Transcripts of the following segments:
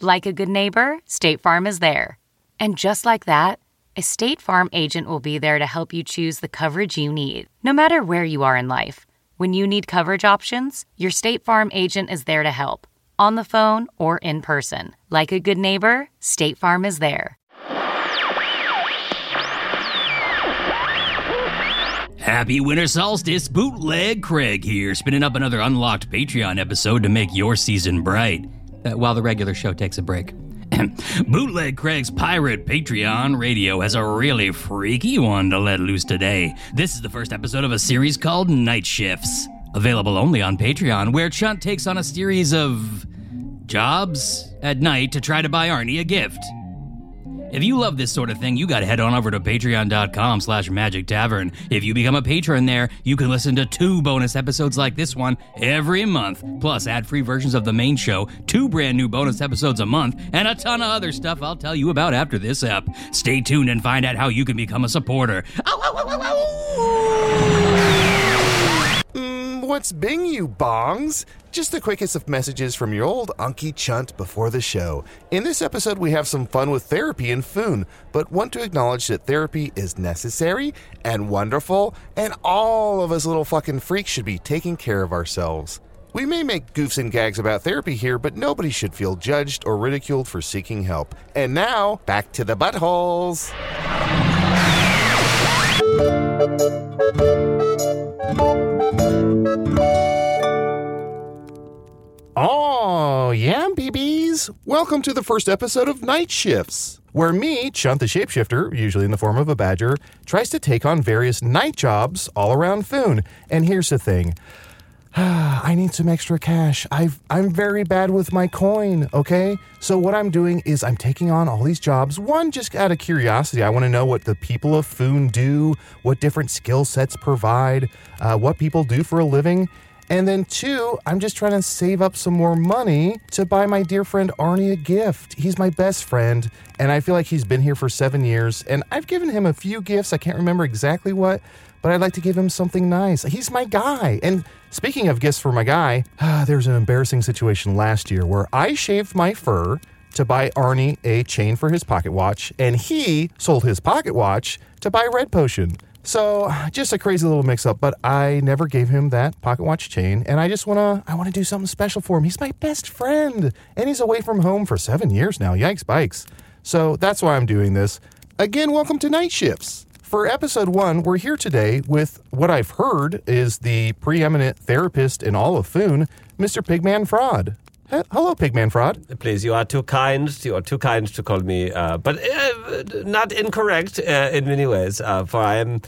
Like a good neighbor, State Farm is there. And just like that, a State Farm agent will be there to help you choose the coverage you need, no matter where you are in life. When you need coverage options, your State Farm agent is there to help, on the phone or in person. Like a good neighbor, State Farm is there. Happy winter solstice, bootleg Craig here, spinning up another unlocked Patreon episode to make your season bright. Uh, while the regular show takes a break. Bootleg Craig's Pirate Patreon Radio has a really freaky one to let loose today. This is the first episode of a series called Night Shifts, available only on Patreon, where Chunt takes on a series of jobs at night to try to buy Arnie a gift. If you love this sort of thing, you gotta head on over to patreon.com slash magic tavern. If you become a patron there, you can listen to two bonus episodes like this one every month, plus ad-free versions of the main show, two brand new bonus episodes a month, and a ton of other stuff I'll tell you about after this app. Stay tuned and find out how you can become a supporter. Ow, ow, ow, ow, ow! Hmm, What's Bing, you bongs? Just the quickest of messages from your old Unky Chunt before the show. In this episode, we have some fun with therapy and Foon, but want to acknowledge that therapy is necessary and wonderful, and all of us little fucking freaks should be taking care of ourselves. We may make goofs and gags about therapy here, but nobody should feel judged or ridiculed for seeking help. And now, back to the buttholes. Oh, yeah, BBs. Welcome to the first episode of Night Shifts, where me, Chunt the Shapeshifter, usually in the form of a badger, tries to take on various night jobs all around Foon. And here's the thing. I need some extra cash. I've, I'm very bad with my coin, okay? So, what I'm doing is I'm taking on all these jobs. One, just out of curiosity, I want to know what the people of Foon do, what different skill sets provide, uh, what people do for a living. And then, two, I'm just trying to save up some more money to buy my dear friend Arnie a gift. He's my best friend, and I feel like he's been here for seven years, and I've given him a few gifts. I can't remember exactly what, but I'd like to give him something nice. He's my guy. And speaking of gifts for my guy, there was an embarrassing situation last year where I shaved my fur to buy Arnie a chain for his pocket watch, and he sold his pocket watch to buy Red Potion. So just a crazy little mix-up, but I never gave him that pocket watch chain, and I just wanna I wanna do something special for him. He's my best friend, and he's away from home for seven years now. Yikes, bikes. So that's why I'm doing this. Again, welcome to Night Shifts. For episode one, we're here today with what I've heard is the preeminent therapist in all of Foon, Mr. Pigman Fraud. Eh, Hello, Pigman Fraud. Please, you are too kind. You are too kind to call me, uh, but uh, not incorrect uh, in many ways. Uh, for I am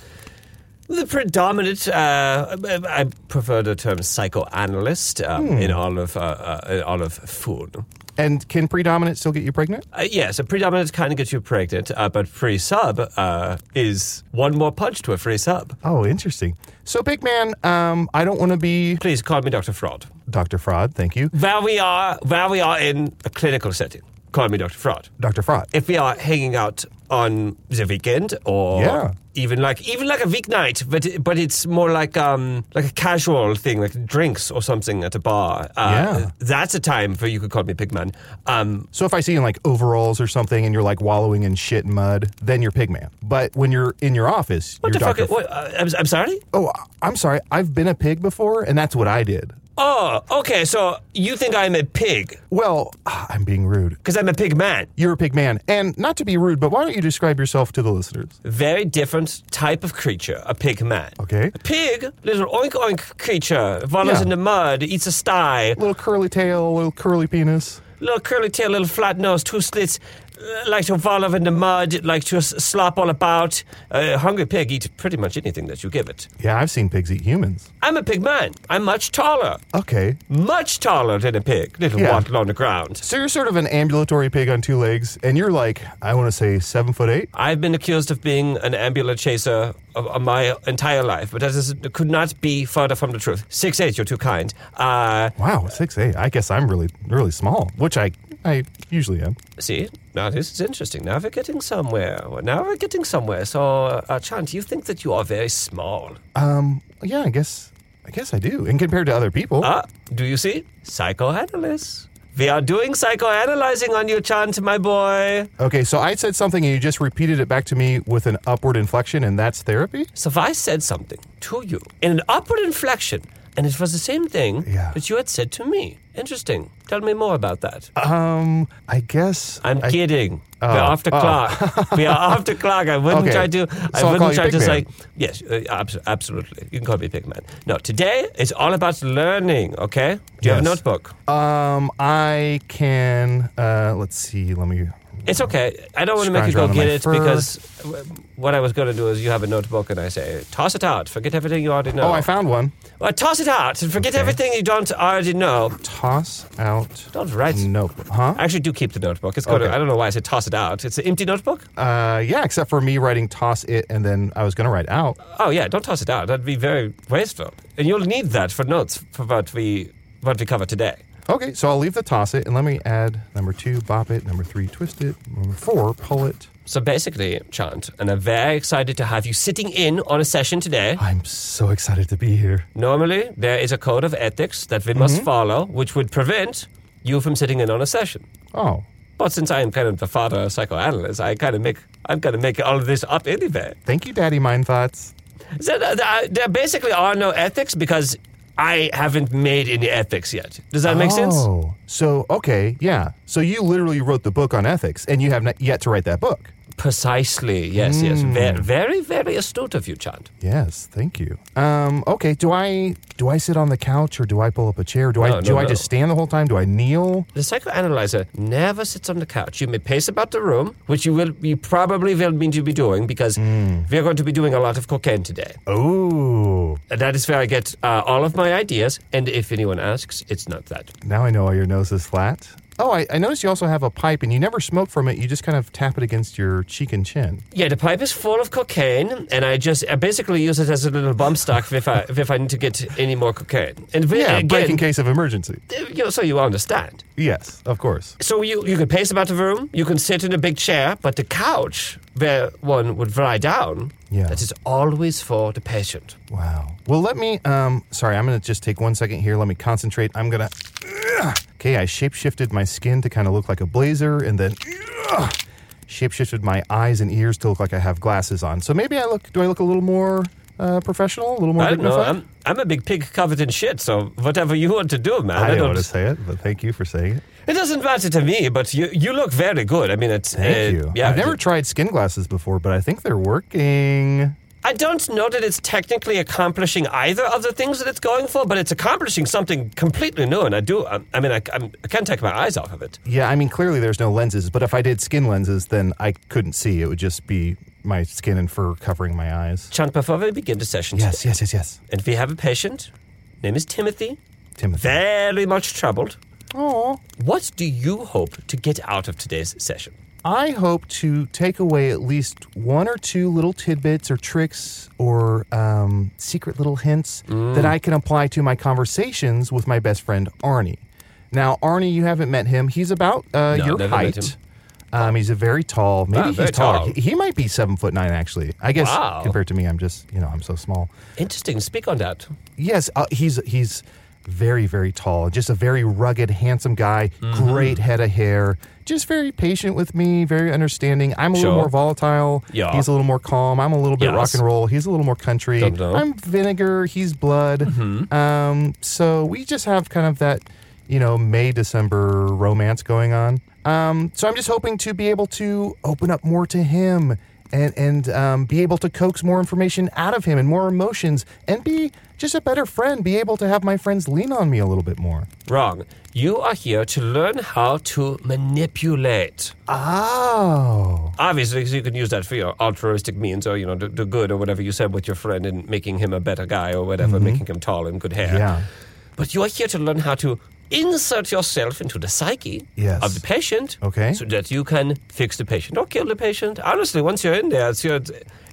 the predominant. Uh, I prefer the term psychoanalyst um, in all of uh, uh, in all of food. And can predominant still get you pregnant? Uh, yes, a predominant kind of gets you pregnant, uh, but free sub uh, is one more punch to a free sub. Oh, interesting. So, Pigman, um, I don't want to be Please call me Doctor Fraud. Dr. Fraud. Thank you, Where we are, where we are in a clinical setting, call me Doctor Fraud. Dr. Fraud. if we are hanging out on the weekend or Yeah. even like even like a weeknight, but but it's more like um like a casual thing, like drinks or something at a bar. Uh, Yeah. that's a time for you could call me Pigman. Um, So if I see you in like overalls or something and you're like wallowing in shit and mud, then you're Pigman. But when you're in your office, what you're the fuck? Dr. What, uh, I'm, I'm sorry. oh, I'm sorry. I've been a pig before and that's what I did. Oh, okay. So you think I'm a pig Well, ah, I'm being rude. because I'm a pig man. You're a pig man. And not to be rude, but why don't you describe yourself to the listeners? Very different type of creature, a pig man. Okay. A pig, little oink oink creature, wallowed Yeah. in the mud, eats a sty, Little curly tail, little curly penis. little curly tail, little flat nose, two slits, uh, like to wallow in the mud, like to s- slop all about. A hungry pig eats pretty much anything that you give it. Yeah, I've seen pigs eat humans. I'm a pig man. I'm much taller, Okay. much taller than a pig. Little Yeah. wattle on the ground. So you're sort of an ambulatory pig on two legs, and you're like, I want to say seven foot eight. I've been accused of being an ambulance chaser of, of my entire life, but that is, could not be further from the truth. Six eight, you're too kind. Uh, Wow, six eight. I guess I'm really, really small, which I, I usually am. See, now this is interesting. Now we're getting somewhere. Well, Now we're getting somewhere. So, uh, Chant, you think that you are very small. Um, yeah, I guess, I guess I do. And compared to other people, Ah, do you see? Psychoanalysts. We are doing psychoanalyzing on you, Chant, my boy. okay. So I said something, and you just repeated it back to me with an upward inflection, and that's therapy. So if I said something to you in an upward inflection, and it was the same thing Yeah. that you had said to me. Interesting. Tell me more about that. Um, I guess I'm I- Oh, kidding. We're off the clock. we are off the clock. I wouldn't Okay. try to. I So I'll call wouldn't you try to Pigman. say yes. Uh, abs- absolutely, you can call me Pigman. No, today it's all about learning. Okay. Do you have a Yes. notebook? Um, I can. Uh, let's see. Let me. It's okay. I don't want to make you Scrounge go around in get my it fur. because w- what I was going to do is you have a notebook and I say toss it out. Forget everything you already know. Oh, I found one. Well, toss it out and forget everything you don't already know. Toss out. Don't write. Nope. Huh? I actually do keep the notebook. It's got. Okay. I I don't know why I said toss it out. It's an empty notebook. Uh, yeah. Except for me writing toss it, and then I was gonna write out. Oh yeah, don't toss it out. That'd be very wasteful, and you'll need that for notes for what we what we cover today. Okay. So I'll leave the toss it, and let me add number two, bop it. Number three, twist it. Number four, pull it. So basically, Chant, and I'm very excited to have you sitting in on a session today. I'm so excited to be here. Normally, there is a code of ethics that we must Mm-hmm. follow, which would prevent you from sitting in on a session. Oh, But since I am kind of the father psychoanalyst, I kind of make I'm going to make all of this up anyway. thank you, Daddy Mind Thoughts. So uh, th- th- there basically are no ethics because I haven't made any ethics yet. Does that make sense? Oh, so okay, yeah. So you literally wrote the book on ethics, and you have not yet to write that book. Precisely. Yes, yes. Very, very, very astute of you, Chant. Yes, thank you. Um, okay, do I do I sit on the couch or do I pull up a chair? Do I No, no, do I no. just stand the whole time? Do I kneel? The psychoanalyzer never sits on the couch. You may pace about the room, which you will you probably will need to be doing because we are going to be doing a lot of cocaine today. Oh, And That is where I get uh, all of my ideas. And if anyone asks, it's not that. now I know why your nose is flat. Oh, I, I noticed you also have a pipe, and you never smoke from it. You just kind of tap it against your cheek and chin. Yeah, the pipe is full of cocaine, and I just I basically use it as a little bump stock if I if I need to get any more cocaine. And we- Yeah, break in again, uh, case of emergency. you know, so you understand. Yes, of course. So you, you can pace about the room, you can sit in a big chair, but the couch where one would lie down, Yeah. that is always for the patient. Wow. Well, let me. Um, sorry, I'm gonna just take one second here. Let me concentrate. I'm gonna. Okay, I shapeshifted my skin to kind of look like a blazer, and then shapeshifted my eyes and ears to look like I have glasses on. So maybe I look. Do I look a little more uh, professional? A little more I don't know. dignified? I'm, I'm a big pig covered in shit, so whatever you want to do, man. I I didn't don't- want to say it, but thank you for saying it. it doesn't matter to me, but you, you look very good. I mean, it's. Thank uh, you. Yeah, I've never tried skin glasses before, but I think they're working. I don't know that it's technically accomplishing either of the things that it's going for, but it's accomplishing something completely new, and I do. um, I, I mean, I, I'm, I can't take my eyes off of it. Yeah, I mean, clearly there's no lenses, but if I did skin lenses, then I couldn't see. It would just be my skin and fur covering my eyes. Chant, before we begin the session, Yes, yes, yes, yes. and we have a patient. Name is Timothy. Timothy. Very much troubled. What do you hope to get out of today's session? I hope to take away at least one or two little tidbits or tricks or um, secret little hints Mm. that I can apply to my conversations with my best friend Arnie. Now, Arnie, you haven't met him. He's about uh, No, your never met height. him. Um, he's a very tall. Maybe Ah, he's very taller. tall. He, he might be seven foot nine, actually. I guess Wow. compared to me, I'm just you know I'm so small. Interesting. Speak on that. Yes, uh, he's he's very, very tall, just a very rugged, handsome guy, Mm-hmm. great head of hair, just very patient with me, very understanding. I'm a Sure. little more volatile. Yeah. He's a little more calm. I'm a little bit rock Yes. and roll. He's a little more country. Dum-dum. I'm vinegar. He's blood. Um, so we just have kind of that, you know, May December romance going on. Um, so I'm just hoping to be able to open up more to him and and um, be able to coax more information out of him and more emotions and be just a better friend. Be able to have my friends lean on me a little bit more. Wrong. You are here to learn how to manipulate. Oh, Obviously, 'cause you can use that for your altruistic means or, you know, the, the good or whatever you said with your friend and making him a better guy or whatever, making him tall and good hair. Mm-hmm. Yeah. But you are here to learn how to insert yourself into the psyche Yes. of the patient. Okay. So that you can fix the patient or kill the patient. Honestly, once you're in there, it's your.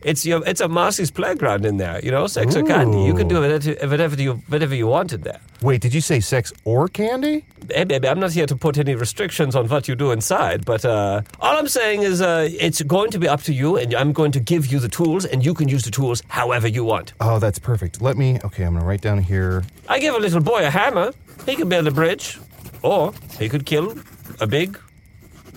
It's your, it's a Marcy's playground in there, you know, sex or candy. You can do whatever whatever you whatever you want in there. wait, did you say sex or candy? Hey, baby, I'm not here to put any restrictions on what you do inside, but uh, all I'm saying is uh, it's going to be up to you, and I'm going to give you the tools, and you can use the tools however you want. Oh, that's perfect. Let me. Okay, I'm gonna write down here. I give a little boy a hammer, he could build a bridge, or he could kill a big,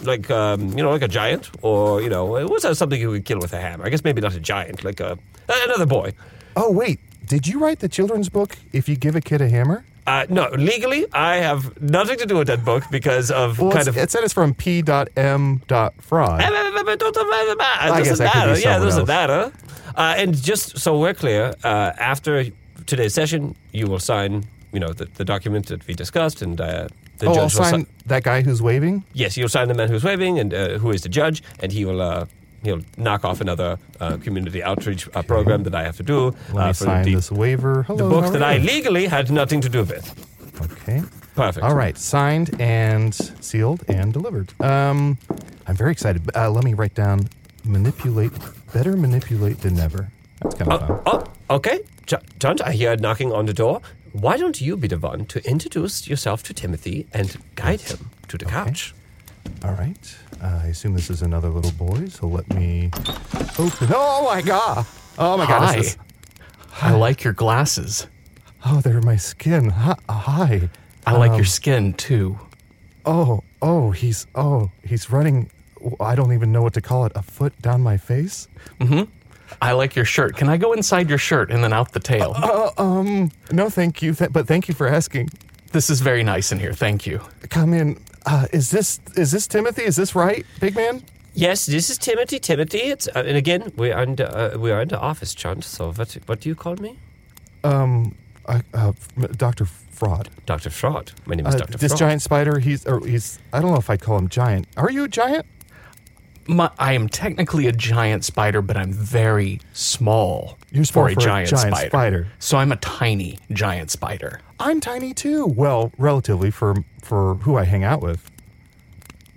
like, um, you know, like a giant, or, you know, what's that something you could kill with a hammer? I guess maybe not a giant, like a, uh, another boy. Oh, wait. Did you write the children's book, If You Give a Kid a Hammer? Uh, no, legally, I have nothing to do with that book because of Well, kind it's- of. it said it's from Eh, p.m.fraud. It guess doesn't that could be matter. Yeah, it someone doesn't else. matter. Uh, and just so we're clear, uh, after today's session, you will sign, you know, the, the document that we discussed, and uh, the Oh, judge I'll will sign si- that guy who's waving? yes, you'll sign the man who's waving, and uh, who is the judge, and he will. Uh, He'll knock off another uh, community outreach uh, program that I have to do Let uh, me sign the, this waiver. Hello. the book how that are I you? legally had nothing to do with. Okay. Perfect. All right. Signed and sealed and delivered. Um, I'm very excited. Uh, let me write down manipulate, better manipulate than never. That's kind of fun. Oh, okay. Jo- John, I hear knocking on the door. Why don't you be the one to introduce yourself to Timothy and guide him to the couch? All right. Uh, I assume this is another little boy, so let me open. Oh my god! Oh my god! Hi. this is- I like your glasses. Oh, they're my skin. Hi. hi. I like Um, your skin too. Oh, oh, he's oh, he's running. I don't even know what to call it. A foot down my face. I like your shirt. Can I go inside your shirt and then out the tail? Uh, No, thank you. Th- but thank you for asking. this is very nice in here. Thank you. Come in. Uh, is this is this Timothy? Is this right, big man? Yes, this is Timothy. Timothy, it's uh, and again we are in the, uh, we are in the office, John. So what what do you call me? Uh, uh, Doctor Fraud. Doctor Fraud. My name Uh, is Doctor this Fraud. giant spider. He's or he's. I don't know if I'd call him giant. Are you a giant? My, I am technically a giant spider, but I'm very small. You're small for a giant spider. So I'm a tiny giant spider. I'm tiny too. Well, relatively for for who I hang out with.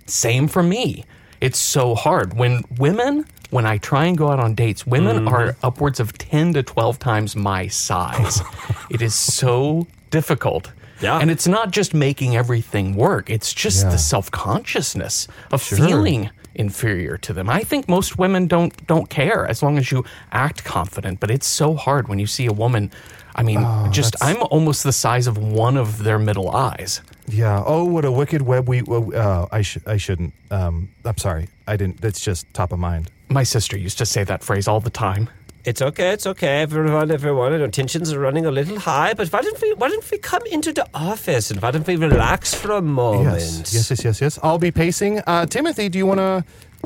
Same for me. It's so hard when women. When I try and go out on dates, women are upwards of 10 to 12 times my size. it is so difficult. Yeah. And it's not just making everything work, it's just Yeah. the self consciousness of feeling inferior to them. I think most women don't don't care as long as you act confident, but it's so hard when you see a woman. I mean, just I'm almost the size of one of their middle eyes. Yeah. Oh, what a wicked web we. Uh, I sh- I shouldn't. Um, I'm sorry. I didn't. That's just top of mind. My sister used to say that phrase all the time. It's okay, it's okay, everyone, everyone. Our tensions are running a little high, but why don't we why don't we come into the office and why don't we relax for a moment? Yes, yes, yes, yes, yes. I'll be pacing. Uh, Timothy, do you want to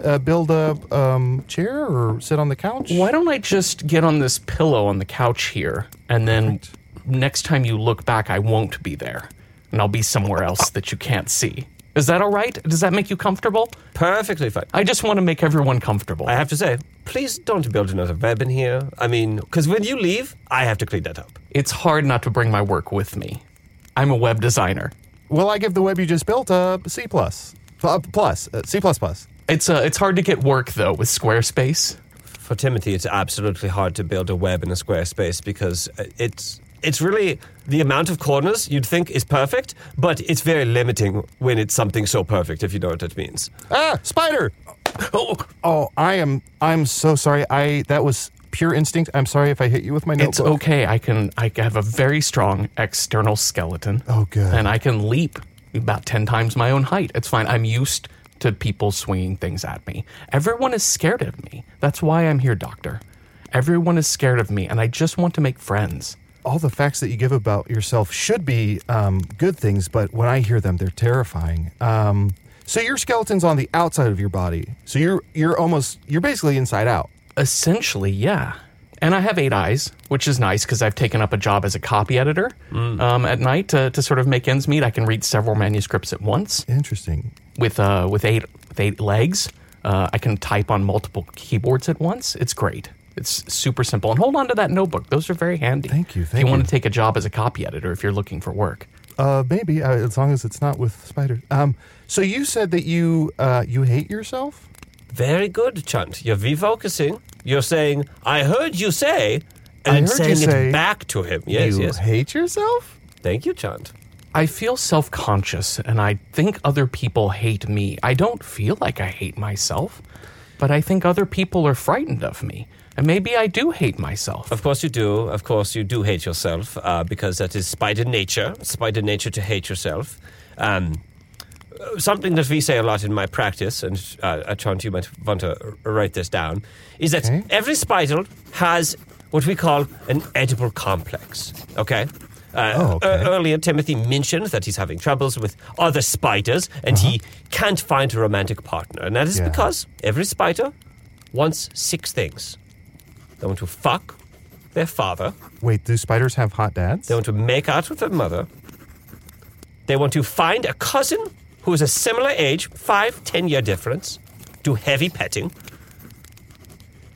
uh, build a um, chair or sit on the couch? Why don't I just get on this pillow on the couch here, and then next time you look back, I won't be there, and I'll be somewhere else that you can't see. Is that all right? Does that make you comfortable? Perfectly fine. I just want to make everyone comfortable. I have to say, please don't build another web in here. I mean, because when you leave, I have to clean that up. It's hard not to bring my work with me. I'm a web designer. Will I give the web you just built a C plus? Uh, plus uh, C plus plus. It's uh, it's hard to get work though with Squarespace. For Timothy, it's absolutely hard to build a web in a square space because uh, it's it's really the amount of corners you'd think is perfect, but it's very limiting when it's something so perfect. If you know what that means. Ah, spider! Oh, oh, I am. I'm so sorry. I that was pure instinct. I'm sorry if I hit you with my notebook. It's okay. I can. I have a very strong external skeleton. Oh, good. And I can leap about ten times my own height. It's fine. I'm used to people swinging things at me. Everyone is scared of me. That's why I'm here, Doctor. Everyone is scared of me, and I just want to make friends. All the facts that you give about yourself should be um, good things, but when I hear them, they're terrifying. Um, so your skeleton's on the outside of your body. So you're you're almost you're basically inside out. Essentially, yeah. And I have eight eyes, which is nice because I've taken up a job as a copy editor Mm. um, at night to, to sort of make ends meet. I can read several manuscripts at once Interesting. with uh, with eight with eight legs. Uh, I can type on multiple keyboards at once. It's great. It's super simple. And hold on to that notebook. Those are very handy. Thank you, if thank you want you. to take a job as a copy editor, if you're looking for work. Uh, maybe uh, as long as it's not with spiders. Um, so you said that you uh, you hate yourself. Very good, Chunt. You're refocusing. You're saying, I heard you say, and I it's heard you saying say- it back to him. Yes, you yes. hate yourself. Thank you, Chunt. I feel self conscious and I think other people hate me. I don't feel like I hate myself, but I think other people are frightened of me. And maybe I do hate myself. Of course you do. Of course you do hate yourself uh, because that is spider nature. Spider nature to hate yourself. Um, uh, something that we say a lot in my practice, and uh, uh, Chant, you might want to r- write this down, is that every spider has what we call an edible complex. Okay. Uh, Oh, okay. e- earlier, Timothy mentioned that he's having troubles with other spiders and he can't find a romantic partner. And that is Yeah. because every spider wants six things they want to fuck their father. Wait, do spiders have hot dads? They want to make out with their mother. They want to find a cousin who is a similar age, five, ten year difference, do heavy petting.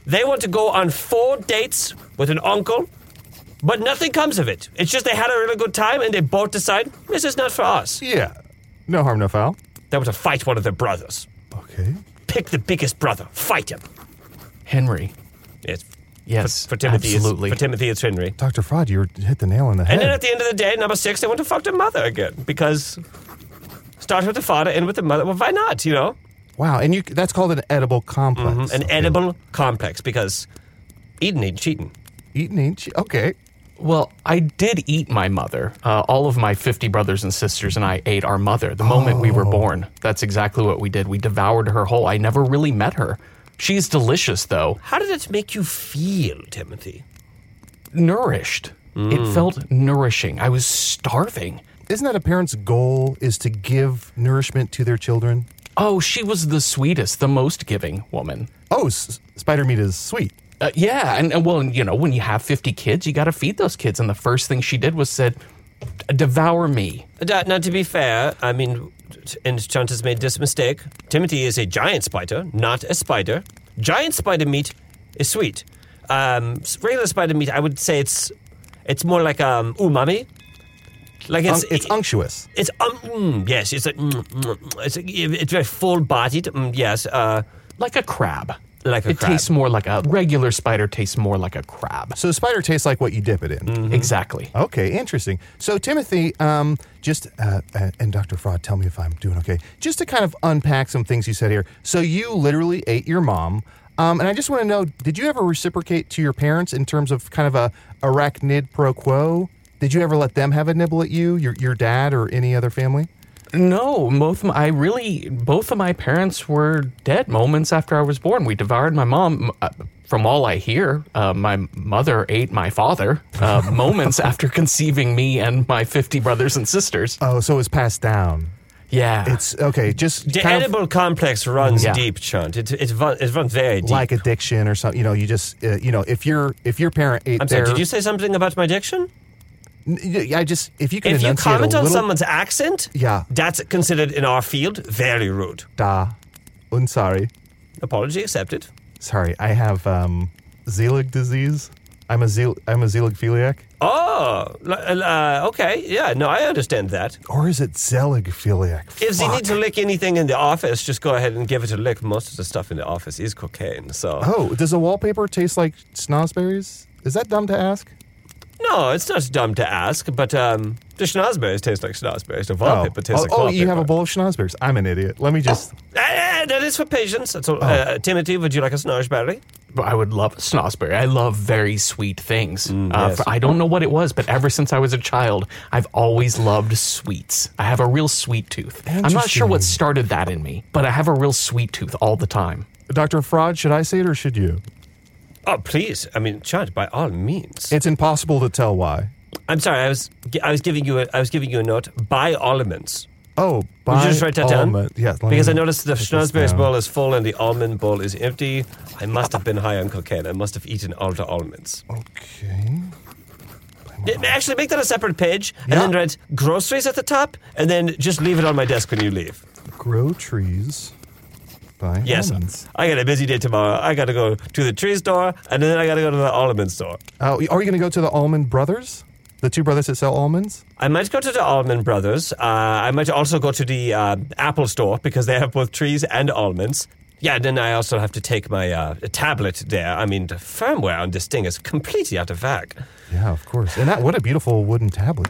They want to go on four dates with an uncle, but nothing comes of it. It's just they had a really good time and they both decide this is not for us. Yeah. No harm, no foul. They want to fight one of their brothers. Okay. Pick the biggest brother, fight him. Henry. It's Yes. for Timothy, it's- absolutely. for Timothy, it's Henry. Dr. Fraud, you hit the nail on the head. And then at the end of the day, number six, they want to fuck their mother again because start with the father, end with the mother. Well, why not? You know, Mm, wow, and you that's called an edible complex. an edible complex because eating ain't cheating. Eating ain't che- okay. Well, I did eat my mother. Uh, all of my 50 brothers and sisters and I ate our mother the moment we were Oh. born. That's exactly what we did. We devoured her whole. I never really met her. She's delicious, though. How did it make you feel, Timothy? Nourished. Mm. It felt nourishing. I was starving. Isn't that a parent's goal is to give nourishment to their children? Oh, she was the sweetest, the most giving woman. Oh, s- spider meat is sweet. Uh, yeah, and, and well, and, you know, when you have 50 kids, you got to feed those kids. And the first thing she did was said, "Devour me." Uh, Now, to be fair, I mean, and Chunt has made this mistake. Timothy is a giant spider, not a spider. Giant spider meat is sweet. Um, s- regular spider meat, I would say it's it's more like um, umami. Like It's, it's it's unctuous. It's um mm, yes, it's a, mm, mm, mm, it's, a, it's very full bodied. Mm, yes, uh, Like a crab. Like a it crab. tastes more like a regular spider tastes more like a crab. So the spider tastes like what you dip it in. Mm. Mm-hmm. Exactly. Okay, interesting. So Timothy, um, just uh, uh, and Dr. Fraud, tell me if I'm doing okay. Just to kind of unpack some things you said here. So you literally ate your mom, um, and I just want to know: Did you ever reciprocate to your parents in terms of kind of a arachnid pro quo? Did you ever let them have a nibble at you, your your dad or any other family? No, both my, I really both of my parents were dead moments after I was born. We devoured my mom. uh, From all I hear, uh, my mother ate my father uh, moments after conceiving me and my fifty brothers and sisters. Oh, so it's passed down. Yeah, It's okay. Just the kind of edible complex runs Yeah. deep, Chunt. It it, run, it runs very deep. like addiction or something. You know, you just uh, you know if your if your parent ate I'm their, sorry, did you say something about my diction? N- I just if you can If you enunciate comment a on little, someone's accent, Yeah. that's considered in our field very rude. da, un sorry. Apology accepted. Sorry, I have um, Zelig disease. I'm a Zelig, I'm a Zelig philiac, Oh, l- uh, okay, yeah, no, I understand that. or is it Zelig philiac? If they Fuck. need to lick anything in the office, just go ahead and give it a lick. Most of the stuff in the office is cocaine, so oh, does the wallpaper taste like snozberries? Is that dumb to ask? No, it's not dumb to ask, but um, the schnozberries taste like schnozberries. The wallpaper tastes oh, like oh, you have a wallpaper. bowl of schnozberries. I'm an idiot. Let me just. Oh. Ah, that is for patients. That's all. Uh, Timothy, would you like a schnozberry? I would love a snozzberry. I love very sweet things. Uh, for- I don't know what it was, but ever since I was a child, I've always loved sweets. I have a real sweet tooth. I'm not sure what started that in me, but I have a real sweet tooth all the time. Dr. Fraud, should I say it or should you? Oh, please. I mean, Chant, by all means. It's impossible to tell why. I'm sorry. I was I was giving you a, I was giving you a note. By ornaments. Oh, Would by you just write that down? almond- Yes. let because me I noticed the put this Schnozberries down. bowl is full and the almond bowl is empty. I must have been high on cocaine. I must have eaten all the almonds. Oh, Okay. Yeah, Actually, make that a separate page and Yeah. then write groceries at the top and then just leave it on my desk when you leave. Grow trees by Yes. almonds. I got a busy day tomorrow. I got to go to the tree store and then I got to go to the almond store. Oh, are you going to go to the Almond Brothers? The two brothers that sell almonds? I might go to the Almond Brothers. Uh, I might also go to the uh, Apple Store because they have both trees and almonds. Yeah, then I also have to take my uh, tablet there. I mean, the firmware on this thing is completely out of whack. Yeah, of course. And that what a beautiful wooden tablet.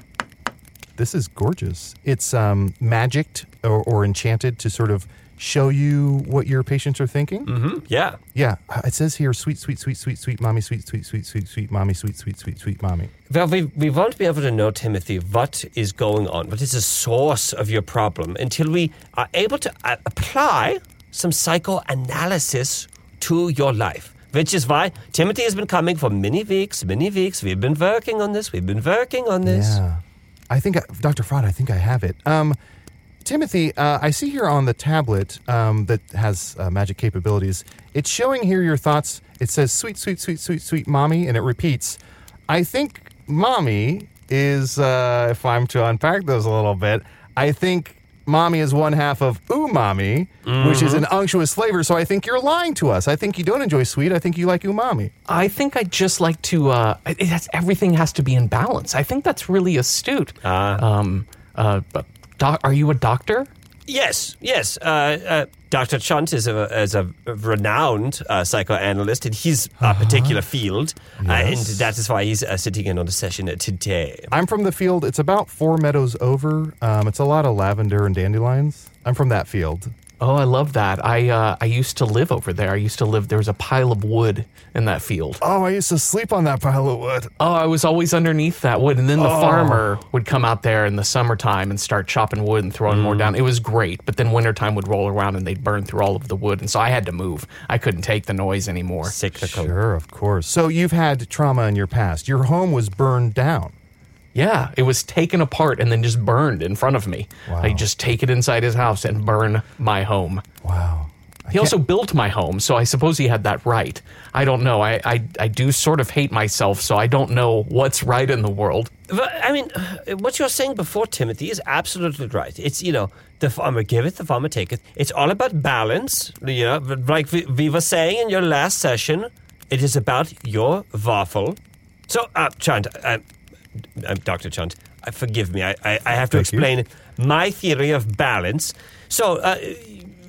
This is gorgeous. It's um, magicked or, or enchanted to sort of show you what your patients are thinking. Mm. Yeah. Yeah, uh, it says here, sweet, sweet, sweet, sweet, sweet, mommy, sweet, sweet, sweet, sweet, sweet, mommy, sweet, sweet, sweet, sweet, mommy. Well, we, we won't be able to know, Timothy, what is going on, what is the source of your problem, until we are able to uh, apply some psychoanalysis to your life. Which is why Timothy has been coming for many weeks, many weeks. We've been working on this, we've been working on this. Yeah, I think I, Dr. Fraud. I think I have it. Um, Timothy, uh, I see here on the tablet um, that has uh, magic capabilities. It's showing here your thoughts. It says "sweet, sweet, sweet, sweet, sweet, mommy," and it repeats. I think mommy is. Uh, if I'm to unpack those a little bit, I think. Mommy is one half of umami, which is an unctuous flavor. So I think you're lying to us. I think you don't enjoy sweet. I think you like umami. I think I just like to. Uh, it it has, everything has to be in balance. I think that's really astute. Um, uh, but doc, are you a doctor? Yes, yes. Uh, uh, Dr. Chunt is a, is a renowned uh, psychoanalyst in his uh, particular field, uh, and that is why he's uh, sitting in on the session today. I'm from the field. It's about four meadows over. Um, it's a lot of lavender and dandelions. I'm from that field. Oh, I love that. I uh, I used to live over there. I used to live. There was a pile of wood in that field. Oh, I used to sleep on that pile of wood. Oh, I was always underneath that wood, and then the farmer would come out there in the summertime and start chopping wood and throwing more down. It was great, but then wintertime would roll around and they'd burn through all of the wood, and so I had to move. I couldn't take the noise anymore. Cyclical. Sure, of course. So you've had trauma in your past. Your home was burned down. Yeah, it was taken apart and then just burned in front of me. I just take it inside his house and burn my home. Wow. He also built my home, so I suppose he had that right. I don't know. I, I, I do sort of hate myself, so I don't know what's right in the world. Well, I mean, what you're saying before, Timothy, is absolutely right. It's, you know, the farmer giveth, the farmer taketh. It's all about balance, you know, but like we, we were saying in your last session, it is about your waffle. So, uh, Chant, uh, uh, Dr. Chant, uh, forgive me, I, I, I have to Thank you. explain my theory of balance. So, uh,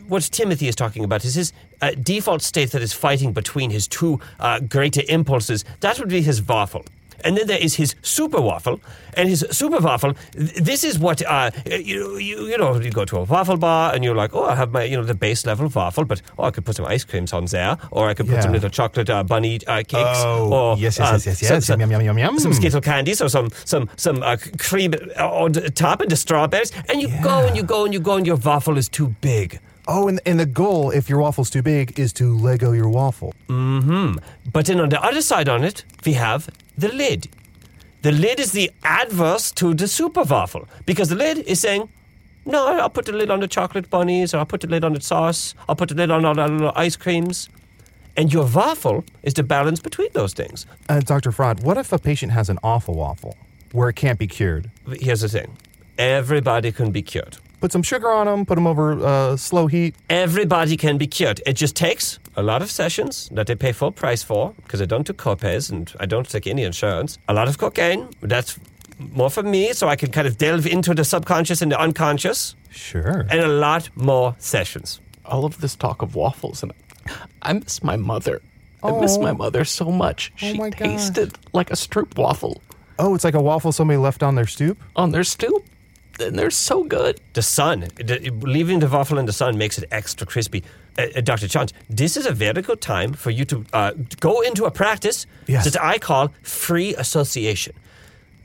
what Timothy is talking about is his uh, default state that is fighting between his two uh, greater impulses. That would be his waffle. And then there is his super waffle, and his super waffle. th- This is what uh, you, you you know you go to a waffle bar and you're like, oh, I have my you know the base level waffle, but oh, I could put some ice creams on there, or I could put some Yeah. little chocolate uh, bunny uh, cakes, Oh, or yes, yes, uh, yes, yes, some- yes. some- Yum, Mm. yum, yum, yum, some yum. Skittle candies or some some some uh, c- cream on the top and the strawberries, and you go and you go and you go and your waffle is too big. Oh, and, and the goal, if your waffle's too big, is to Lego your waffle. Mm. But then on the other side on it, we have the lid. The lid is the adverse to the super waffle because the lid is saying, "No, I'll put the lid on the chocolate bunnies, or I'll put the lid on the sauce, I'll put the lid on all the little ice creams." And your waffle is the balance between those things. Uh, Dr. Fraud, what if a patient has an awful waffle where it can't be cured? Here's the thing: everybody can be cured. Put some sugar on them, put them over uh, slow heat. everybody can be cured. It just takes a lot of sessions that they pay full price for because I don't do copays and I don't take any insurance. A lot of cocaine. That's more for me, so I can kind of delve into the subconscious and the unconscious, Sure. and a lot more sessions. all of this talk of waffles and I miss my mother. I miss my mother so much. She Oh. my gosh. tasted like a stroop waffle oh, it's like a waffle somebody left on their stoop? on their stoop. and they're so good. The sun, the, leaving the waffle in the sun makes it extra crispy. Uh, uh, Dr. Chance, this is a very good time for you to uh, go into a practice Yes. that I call free association.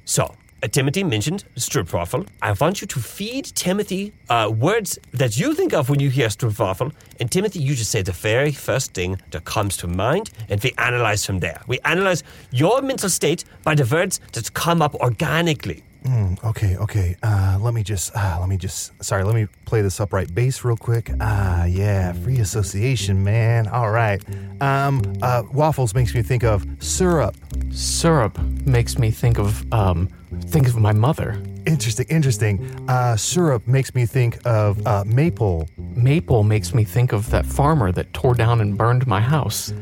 So, uh, Timothy mentioned stroopwafel. I want you to feed Timothy uh, words that you think of when you hear stroopwafel. And Timothy, you just say the very first thing that comes to mind, and we analyze from there. We analyze your mental state by the words that come up organically. Mm, Okay, okay. Uh, let me just, uh, let me just, sorry, let me play this upright bass real quick. Ah, yeah, free association, man. All right. Um, uh, waffles makes me think of syrup. Syrup makes me think of um, think of my mother. Interesting, interesting. Uh, syrup makes me think of uh, maple. Maple makes me think of that farmer that tore down and burned my house.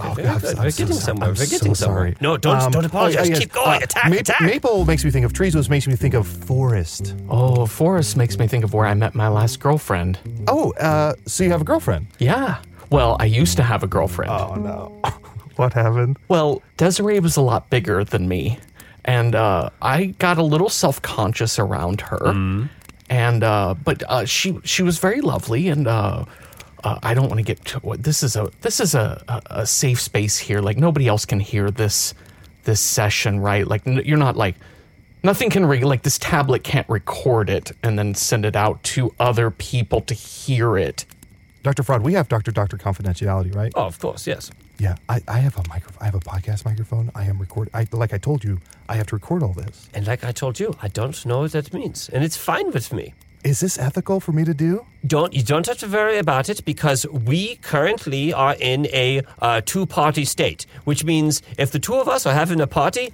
Oh, Very good. We're getting so- somewhere. I'm We're getting so somewhere. sorry. Um, oh, No, don't- don't apologize. yeah, Keep going. Attack, maple, attack. Maple makes me think of trees, which makes me think of forest. Oh, forest makes me think of where I met my last girlfriend. Oh, uh, so you have a girlfriend? Yeah. Well, I used to have a girlfriend. Oh no, what happened? Well, Desiree was a lot bigger than me, and uh, I got a little self conscious around her. And uh, but uh, she she was very lovely, and uh, uh, I don't want to get to what this is a this is a, a, a safe space here. Like nobody else can hear this this session, right? Like n- you're not like nothing can re- like this tablet can't record it and then send it out to other people to hear it. Doctor Fraud, we have Doctor Doctor confidentiality, right? Oh, of course, yes. Yeah, I, I have a micro, I have a podcast microphone. I am record. I like I told you, I have to record all this. And like I told you, I don't know what that means, and it's fine with me. Is this ethical for me to do? Don't you don't have to worry about it because we currently are in a uh, two-party state, which means if the two of us are having a party,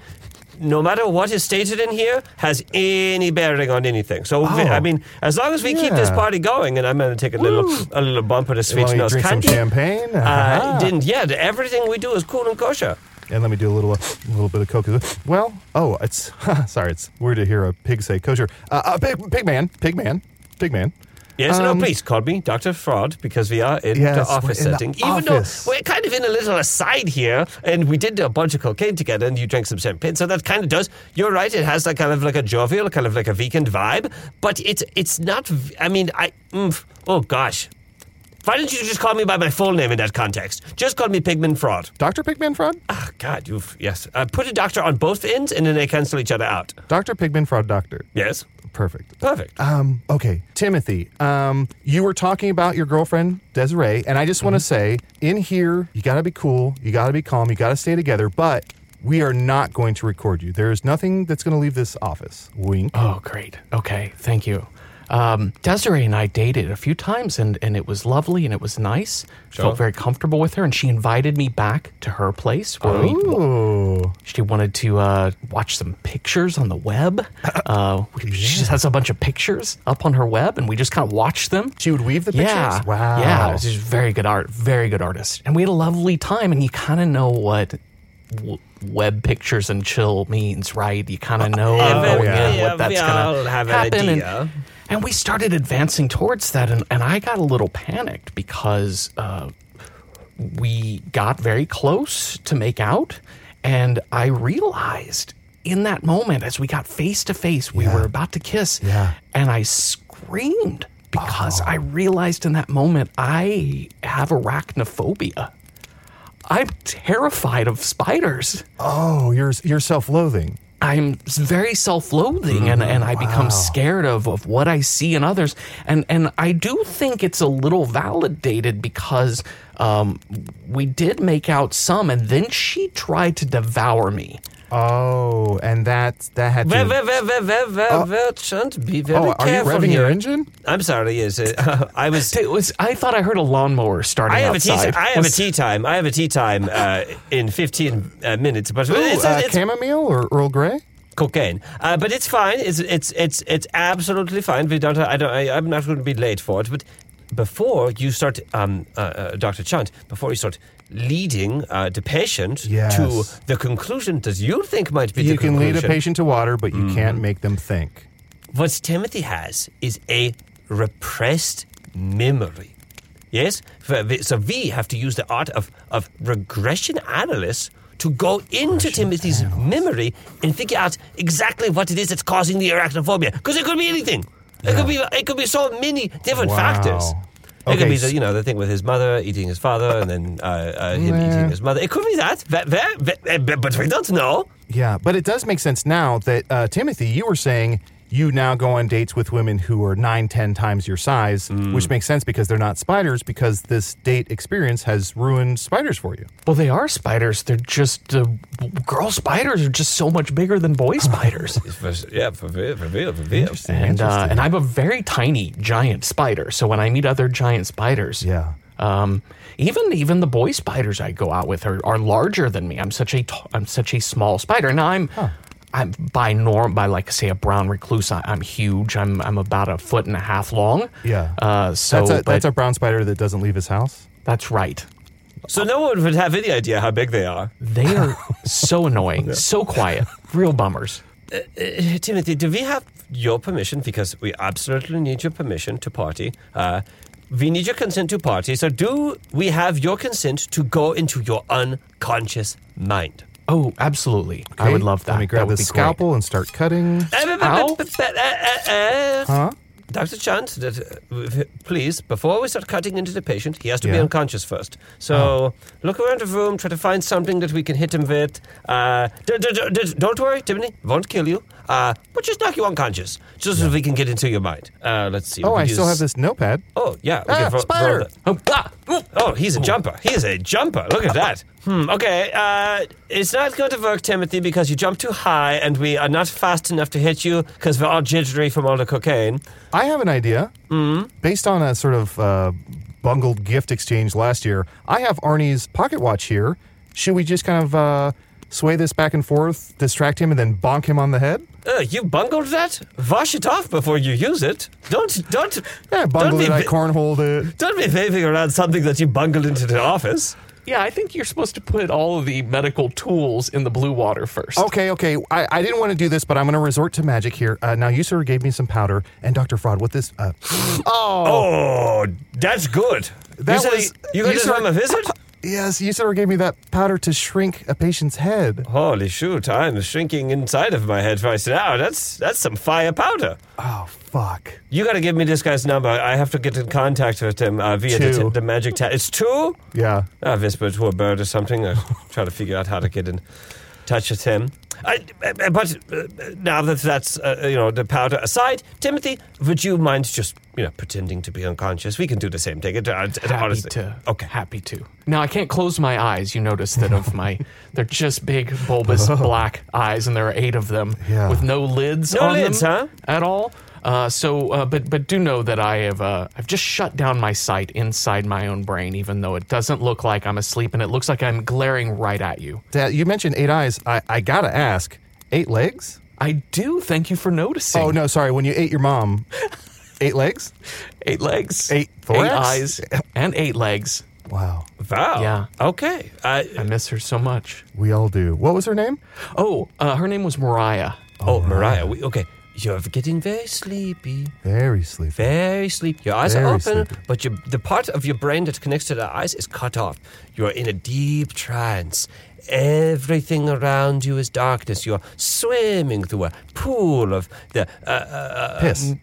no matter what is stated in here has any bearing on anything. So we- Oh. I mean, as long as we keep this Yeah. party going, and I'm going to take a little a little bump of the Why don't sweet you nose drink some candy. champagne? Uh, Uh-huh. didn't yeah. Everything we do is cool and kosher. and let me do a little a little bit of coke. as Well, well, oh, it's sorry, it's weird to hear a pig say kosher. Uh, uh, pig, pig man, pig man, pig man. Yes, no, please call me Dr. Fraud because we are in Um, Yes, the office we're in the setting. office. Even though we're kind of in a little aside here and we did a bunch of cocaine together and you drank some champagne. So that kind of does, you're right, it has that kind of like a jovial, kind of like a weekend vibe. But it's it's not, v- I mean, I, mm, oh gosh. Why didn't you just call me by my full name in that context? Just call me Pigman Fraud. Doctor Pigman Fraud, Ah, God, you've, yes. Uh, put a doctor on both ends and then they cancel each other out. Doctor Pigman Fraud, Doctor. Yes? Perfect. Perfect. Um, okay, Timothy, um, you were talking about your girlfriend, Desiree, and I just want to say in here, you got to be cool, you got to be calm, you got to stay together, but we are not going to record you. There is nothing that's going to leave this office. Wink. Oh, great. Okay, thank you. Um, Desiree and I dated a few times, and, and it was lovely and it was nice. Felt very comfortable with her, and she invited me back to her place where we, Oh. Ooh. she wanted to uh, watch some pictures on the web. Uh, we- She just has a bunch of pictures up on her web, and we just kind of watched them. She would weave the Yeah. pictures? Wow. Yeah. She's very good art, very good artist. And we had a lovely time, and you kind of know what w- web pictures and chill means, right? You kind of know going Oh, yeah. in Yeah, what that's we all going to have an happen. idea. And, and we started advancing towards that, and, and I got a little panicked because uh, we got very close to make out, and I realized in that moment as we got face to face, we were about to kiss, Yeah. and I screamed because I realized in that moment I have arachnophobia. I'm terrified of spiders. Oh, you're, you're self loathing. I'm very self-loathing and, and I Mm-hmm. become scared of, of what I see in others. And and I do think it's a little validated because um, we did make out some and then she tried to devour me. Oh, and that, that had Well, to. well, well, well, well, well, well, Chunt, be very Uh, Oh, are you careful revving here. your engine? I'm sorry. Yes, uh, I was. It was I thought I heard a lawnmower starting I have a outside. tea. I have a tea time. I have a tea time uh, in 15 uh, minutes. But Ooh, it's, uh, it's chamomile or Earl Grey? cocaine. Uh, but it's fine. It's it's it's it's absolutely fine. We don't. I don't. I, I'm not going to be late for it. But before you start, um, uh, uh, Doctor Chunt, before you start leading uh, the patient Yes. to the conclusion that you think might be the You can conclusion. lead a patient to water, but you can't make them think. What Timothy has is a repressed memory. Yes? F- we- So we have to use the art of, of regression analysis to go into Timothy's memory and figure out exactly what it is that's causing the arachnophobia because it could be anything. It could be it could be so many different Wow. factors. It could Okay, be the s- you know the thing with his mother eating his father and then uh, uh, him eating his mother. It could be that, Ve- ve- ve- eh, but but we don't know. Yeah, but it does make sense now that uh, Timothy, you were saying you now go on dates with women who are nine, ten times your size, Mm. which makes sense because they're not spiders. Because this date experience has ruined spiders for you. Well, they are spiders. They're just uh, girl spiders are just so much bigger than boy spiders. It's for- yeah, for real, for real, for real. and uh, and I'm a very tiny giant spider. So when I meet other giant spiders, Yeah. um, even even the boy spiders I go out with are, are larger than me. I'm such a t- I'm such a small spider. Now I'm. I'm by norm by like say a brown recluse. I, I'm huge. I'm I'm about a foot and a half long. Yeah. Uh, so that's a, but that's a brown spider that doesn't leave his house. that's right. So no one would have any idea how big they are. They are so annoying, so quiet, real bummers. Uh, Timothy, do we have your permission? Because we absolutely need your permission to party. Uh, we need your consent to party. So, do we have your consent to go into your unconscious mind? Oh, absolutely. I would Okay, love that. Let me grab that would this be great. scalpel and start cutting. Ow. Huh? Dr. Chant, that- uh, please, before we start cutting into the patient, he has to be Yeah. Oh. unconscious first. So look around the room, try to find something that we can hit him with. Uh, d- d- d- d- don't worry, Timothy, won't kill you, uh, but just knock you unconscious, just so we can get into your mind. Uh, let's see. we Oh, could I still use- have this notepad. Oh, yeah. we Ah, could ro- roll spider. that. Oh, ah, ooh. Oh, he's a jumper. He is a jumper. Look at that. Hmm. Okay. Uh, it's not going to work, Timothy, because you jumped too high, and we are not fast enough to hit you because we're all jittery from all the cocaine. I have an idea. Based on a sort of uh, bungled gift exchange last year, I have Arnie's pocket watch here. Should we just kind of uh, sway this back and forth, distract him, and then bonk him on the head? Uh, you bungled that. Wash it off before you use it. Don't don't. Yeah, bungled don't it, be I va- cornholed it. Don't be waving around something that you bungled into the office. Yeah, I think you're supposed to put all of the medical tools in the blue water first. Okay, okay. I, I didn't want to do this, but I'm going to resort to magic here. Uh, now, you, sir, gave me some powder, and Dr. Fraud, what this. Uh, Oh, that's good. That you said way- it's- you going you to said- come a visit? yes, you, sir, gave me that powder to shrink a patient's head. Holy shoot! I'm shrinking inside of my head right now. That's that's some fire powder. Oh, fuck. You got to give me this guy's number. I have to get in contact with him uh, via the, Two. t- the magic tab. It's two? Yeah. I whisper to a bird or something. I try to figure out how to get in touch with him. I, uh, but uh, now that that's, uh, you know, the powder aside, Timothy, would you mind just, you know, pretending to be unconscious? We can do the same thing. It, uh, it- Happy honestly. to. Okay. Happy to. Now I can't close my eyes. You notice that of my, they're just big bulbous black eyes, and there are eight of them Yeah. with no lids No on lids, huh? them at all. Uh, so, uh, but but do know that I have uh, I've just shut down my sight inside my own brain, even though it doesn't look like I'm asleep, and it looks like I'm glaring right at you. Dad, you mentioned eight eyes. I, I got to ask eight legs? I do. Thank you for noticing. Oh no, sorry. When you ate your mom, eight legs. Eight legs, Eight eight thorax? eyes, and eight legs. Wow, Wow. Yeah. Okay. Uh, I miss her so much. we all do. What was her name? Oh, uh, her name was Mariah. oh, Mariah. We, okay. You're getting very sleepy. Very sleepy. Very sleepy. Your eyes are Very open, sleepy. but your, the part of your brain that connects to the eyes is cut off. You are in a deep trance. Everything around you is darkness. You are swimming through a pool of the. Uh, uh, Piss.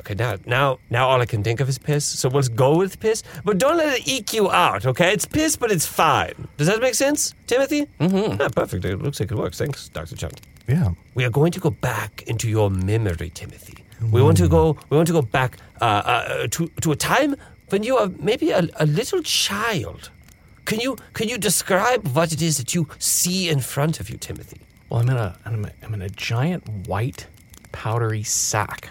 okay, now, now, now, all I can think of is piss. So let's go with piss, but don't let it eke you out. Okay, it's piss, but it's fine. Does that make sense, Timothy? Mm-hmm. perfect. It looks like it works. Thanks, Doctor Chunt Yeah. we are going to go back into your memory, Timothy. We want to go. We want to go back uh, uh, to to a time when you are maybe a, a little child. Can you can you describe what it is that you see in front of you, Timothy? Well, I'm in a I'm, a, I'm in a giant white powdery sack.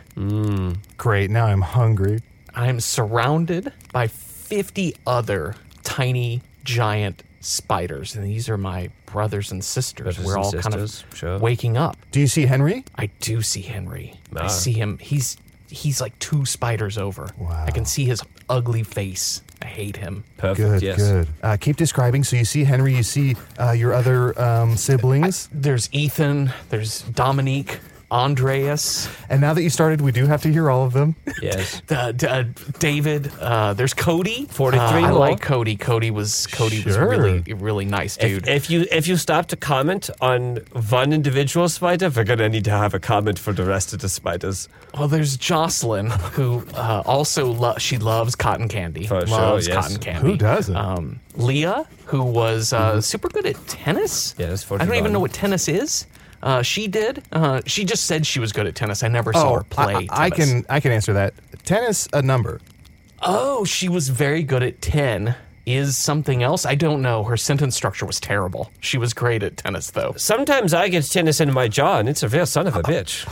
Great. Now I'm hungry. I'm surrounded by 50 other tiny giant spiders, and these are my brothers and sisters. Brothers We're and all sisters, kind of sure. waking up. Do you see Henry? I do see Henry. Ah. I see him. He's he's like two spiders over. Wow. I can see his ugly face. I hate him. Perfect. Good. Good. Uh, keep describing. So you see Henry. You see uh, your other um, siblings. There's Ethan. There's Dominique. Andreas, And now that you started, we do have to hear all of them. Yes. uh, D- uh, David. Uh, there's Cody. 43 Uh, I more. like Cody. Cody was Cody was Sure. really really nice dude. If, if you if you stop to comment on one individual spider, we're gonna need to have a comment for the rest of the spiders. Well, there's Jocelyn, who uh, also lo- she loves cotton candy. For sure, loves yes. cotton candy. Who doesn't? Um, Leah, who was uh, super good at tennis. Yes, I don't even 41. know what tennis is. Uh, she did. Uh, she just said she was good at tennis. I never saw her play. Oh, I, I tennis. can I can answer that. Tennis a number. Oh, she was very good at ten. Is something else? I don't know. Her sentence structure was terrible. She was great at tennis, though. Sometimes I get tennis in my jaw, and it's a real son of a bitch.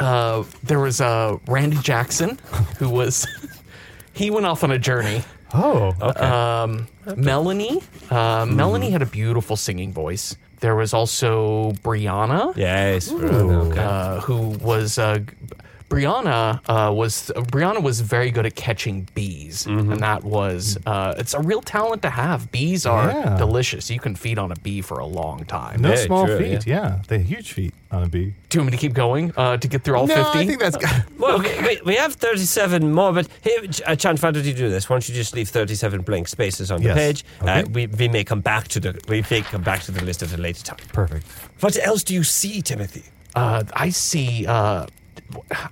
Uh, there was uh, Randy Jackson, who was he went off on a journey. Oh, Um, Melanie. Uh, Melanie had a beautiful singing voice. There was also Brianna, Yes. Okay. uh, who was uh, g- Brianna uh, was Brianna was very good at catching bees, Mm-hmm. and that was uh, it's a real talent to have. Bees are Yeah. delicious. You can feed on a bee for a long time. no yeah, small true, feet. Yeah. they huge feet on a bee. Do you want me to keep going uh, to get through all No, fifty? I think that's Well, we- we, we have 37 more, but here, uh, Chan, why don't you do this? Why don't you just leave 37 blank spaces on the Yes. page? Okay. Uh, we, we may come back to the we may come back to the list at a later time. perfect. What else do you see, Timothy? uh, I see. Uh,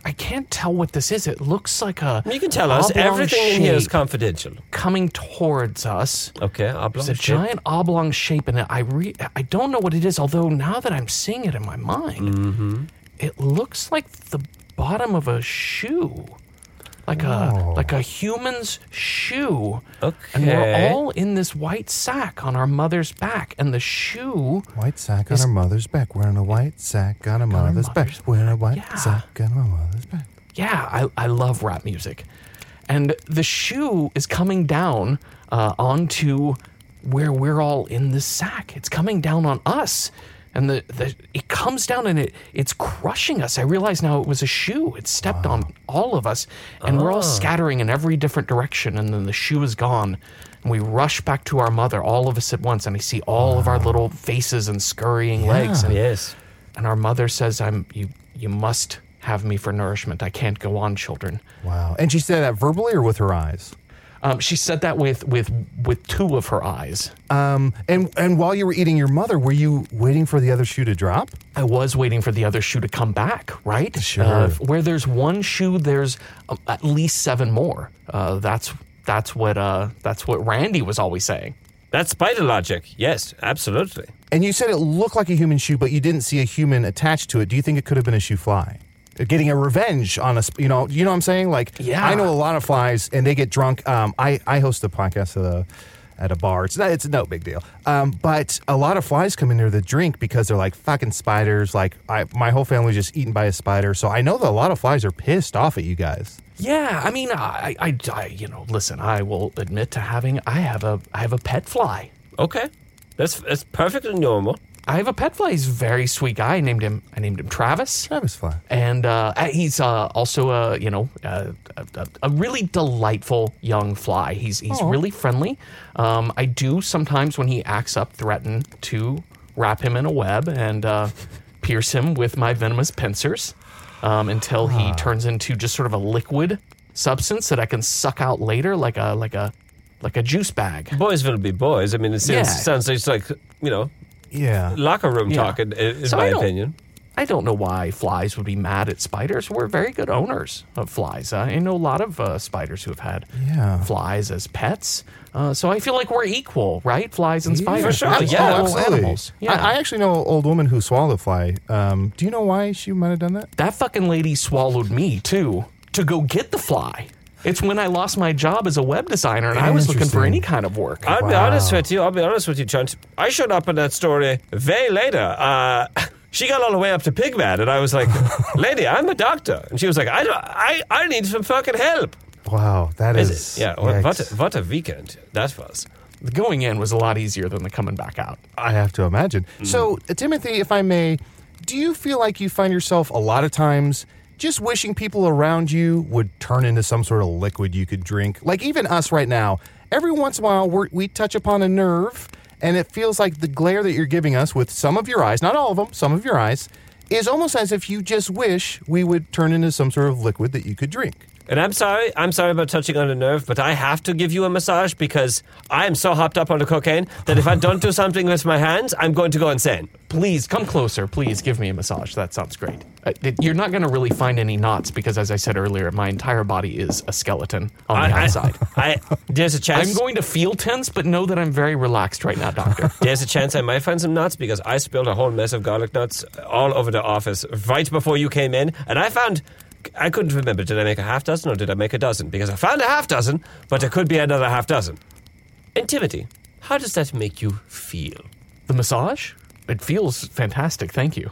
I can't tell what this is. It looks like a. You can tell us. oblong Everything in here is shape confidential. coming towards us. Okay, oblong It's a shape. giant oblong shape, and I re- I don't know what it is. Although now that I'm seeing it in my mind, Mm-hmm. it looks like the bottom of a shoe, like Oh. a like a human's shoe. and Okay. we're all in this white sack on our mother's back, and the shoe. White sack on her mother's back, wearing a white sack on her mother's back, wearing a white Yeah. sack on her mother's back. Yeah, I, I love rap music. And the shoe is coming down uh, onto where we're all in this sack. It's coming down on us. And the, the it comes down and it it's crushing us. I realize now it was a shoe. It stepped on all of us, and we're all scattering in every different direction. And then the shoe is gone, and we rush back to our mother, all of us at once. And I see all of our little faces and scurrying legs. And Yes. and our mother says i'm you you must have me for nourishment i can't go on children Wow. And she said that verbally or with her eyes. um, she said that with with with two of her eyes Um, and and while you were eating your mother, were you waiting for the other shoe to drop? i was waiting for the other shoe to come back right Uh, Sure. where there's one shoe there's um, at least seven more uh, that's that's what uh, that's what randy was always saying That's spider logic. Yes, absolutely. And you said it looked like a human shoe, but you didn't see a human attached to it. Do you think it could have been a shoe fly? Getting a revenge on a, sp- you know, you know what I'm saying? Like, Yeah. I know a lot of flies, and they get drunk. Um, I I host a podcast at a at a bar. It's not, it's no big deal. Um, but a lot of flies come in there to drink because they're like fucking spiders. Like, I my whole family was just eaten by a spider, so I know that a lot of flies are pissed off at you guys. yeah i mean I, I I- you know listen i will admit to having i have a i have a pet fly Okay. That's, that's perfectly normal. i have a pet fly he's a very sweet guy i named him i named him travis Travis fly. and uh, he's uh, also a you know uh, a, a- a really delightful young fly. He's he's really friendly. Um, I do sometimes when he acts up, threaten to wrap him in a web and uh, pierce him with my venomous pincers um, until he turns into just sort of a liquid substance that I can suck out later, like a like a like a juice bag. Boys will be boys. I mean, it sounds, Yeah. sounds it's like, you know, Yeah. locker room Yeah. talk, in, in So I my don't- opinion. I don't know why flies would be mad at spiders. We're very good owners of flies. I know a lot of uh, spiders who have had Yeah. flies as pets. Uh, so I feel like we're equal, right? Flies and spiders. for sure. We're just Yeah, equal Absolutely. animals. I- Yeah. I, actually know an old woman who swallowed a fly. Um, do you know why she might have done that? that fucking lady swallowed me, too, to go get the fly. It's when I lost my job as a web designer and I was looking for Interesting. any kind of work. I'll be honest with you. I'll be honest with you, John. I showed up in that story way later. Uh, she got all the way up to Pigman, and I was like, "Lady, I'm a doctor," and she was like, "I don't, I, I need some fucking help." Wow, that is, yeah, what, what, yikes. a, what a weekend that was. the going in was a lot easier than the coming back out. I have to imagine. So, uh, Timothy, if I may, do you feel like you find yourself a lot of times just wishing people around you would turn into some sort of liquid you could drink? Like even us right now, every once in a while we're, we touch upon a nerve, and it feels like the glare that you're giving us with some of your eyes, not all of them, some of your eyes, is almost as if you just wish we would turn into some sort of liquid that you could drink. And I'm sorry, I'm sorry about touching on a nerve, but I have to give you a massage because I am so hopped up on the cocaine that if I don't do something with my hands, I'm going to go insane. Please come closer. Please give me a massage. That sounds great. Uh, it- you're not going to really find any knots because, as I said earlier, my entire body is a skeleton on the I, outside. I, I- there's a chance. I'm going to feel tense, but know that I'm very relaxed right now, Doctor. There's a chance I might find some nuts because I spilled a whole mess of garlic nuts all over the office right before you came in, and I found. I couldn't remember. Did I make a half dozen or did I make a dozen? Because I found a half dozen, but there could be another half dozen. And Timothy, how does that make you feel? the massage? It feels fantastic. Thank you.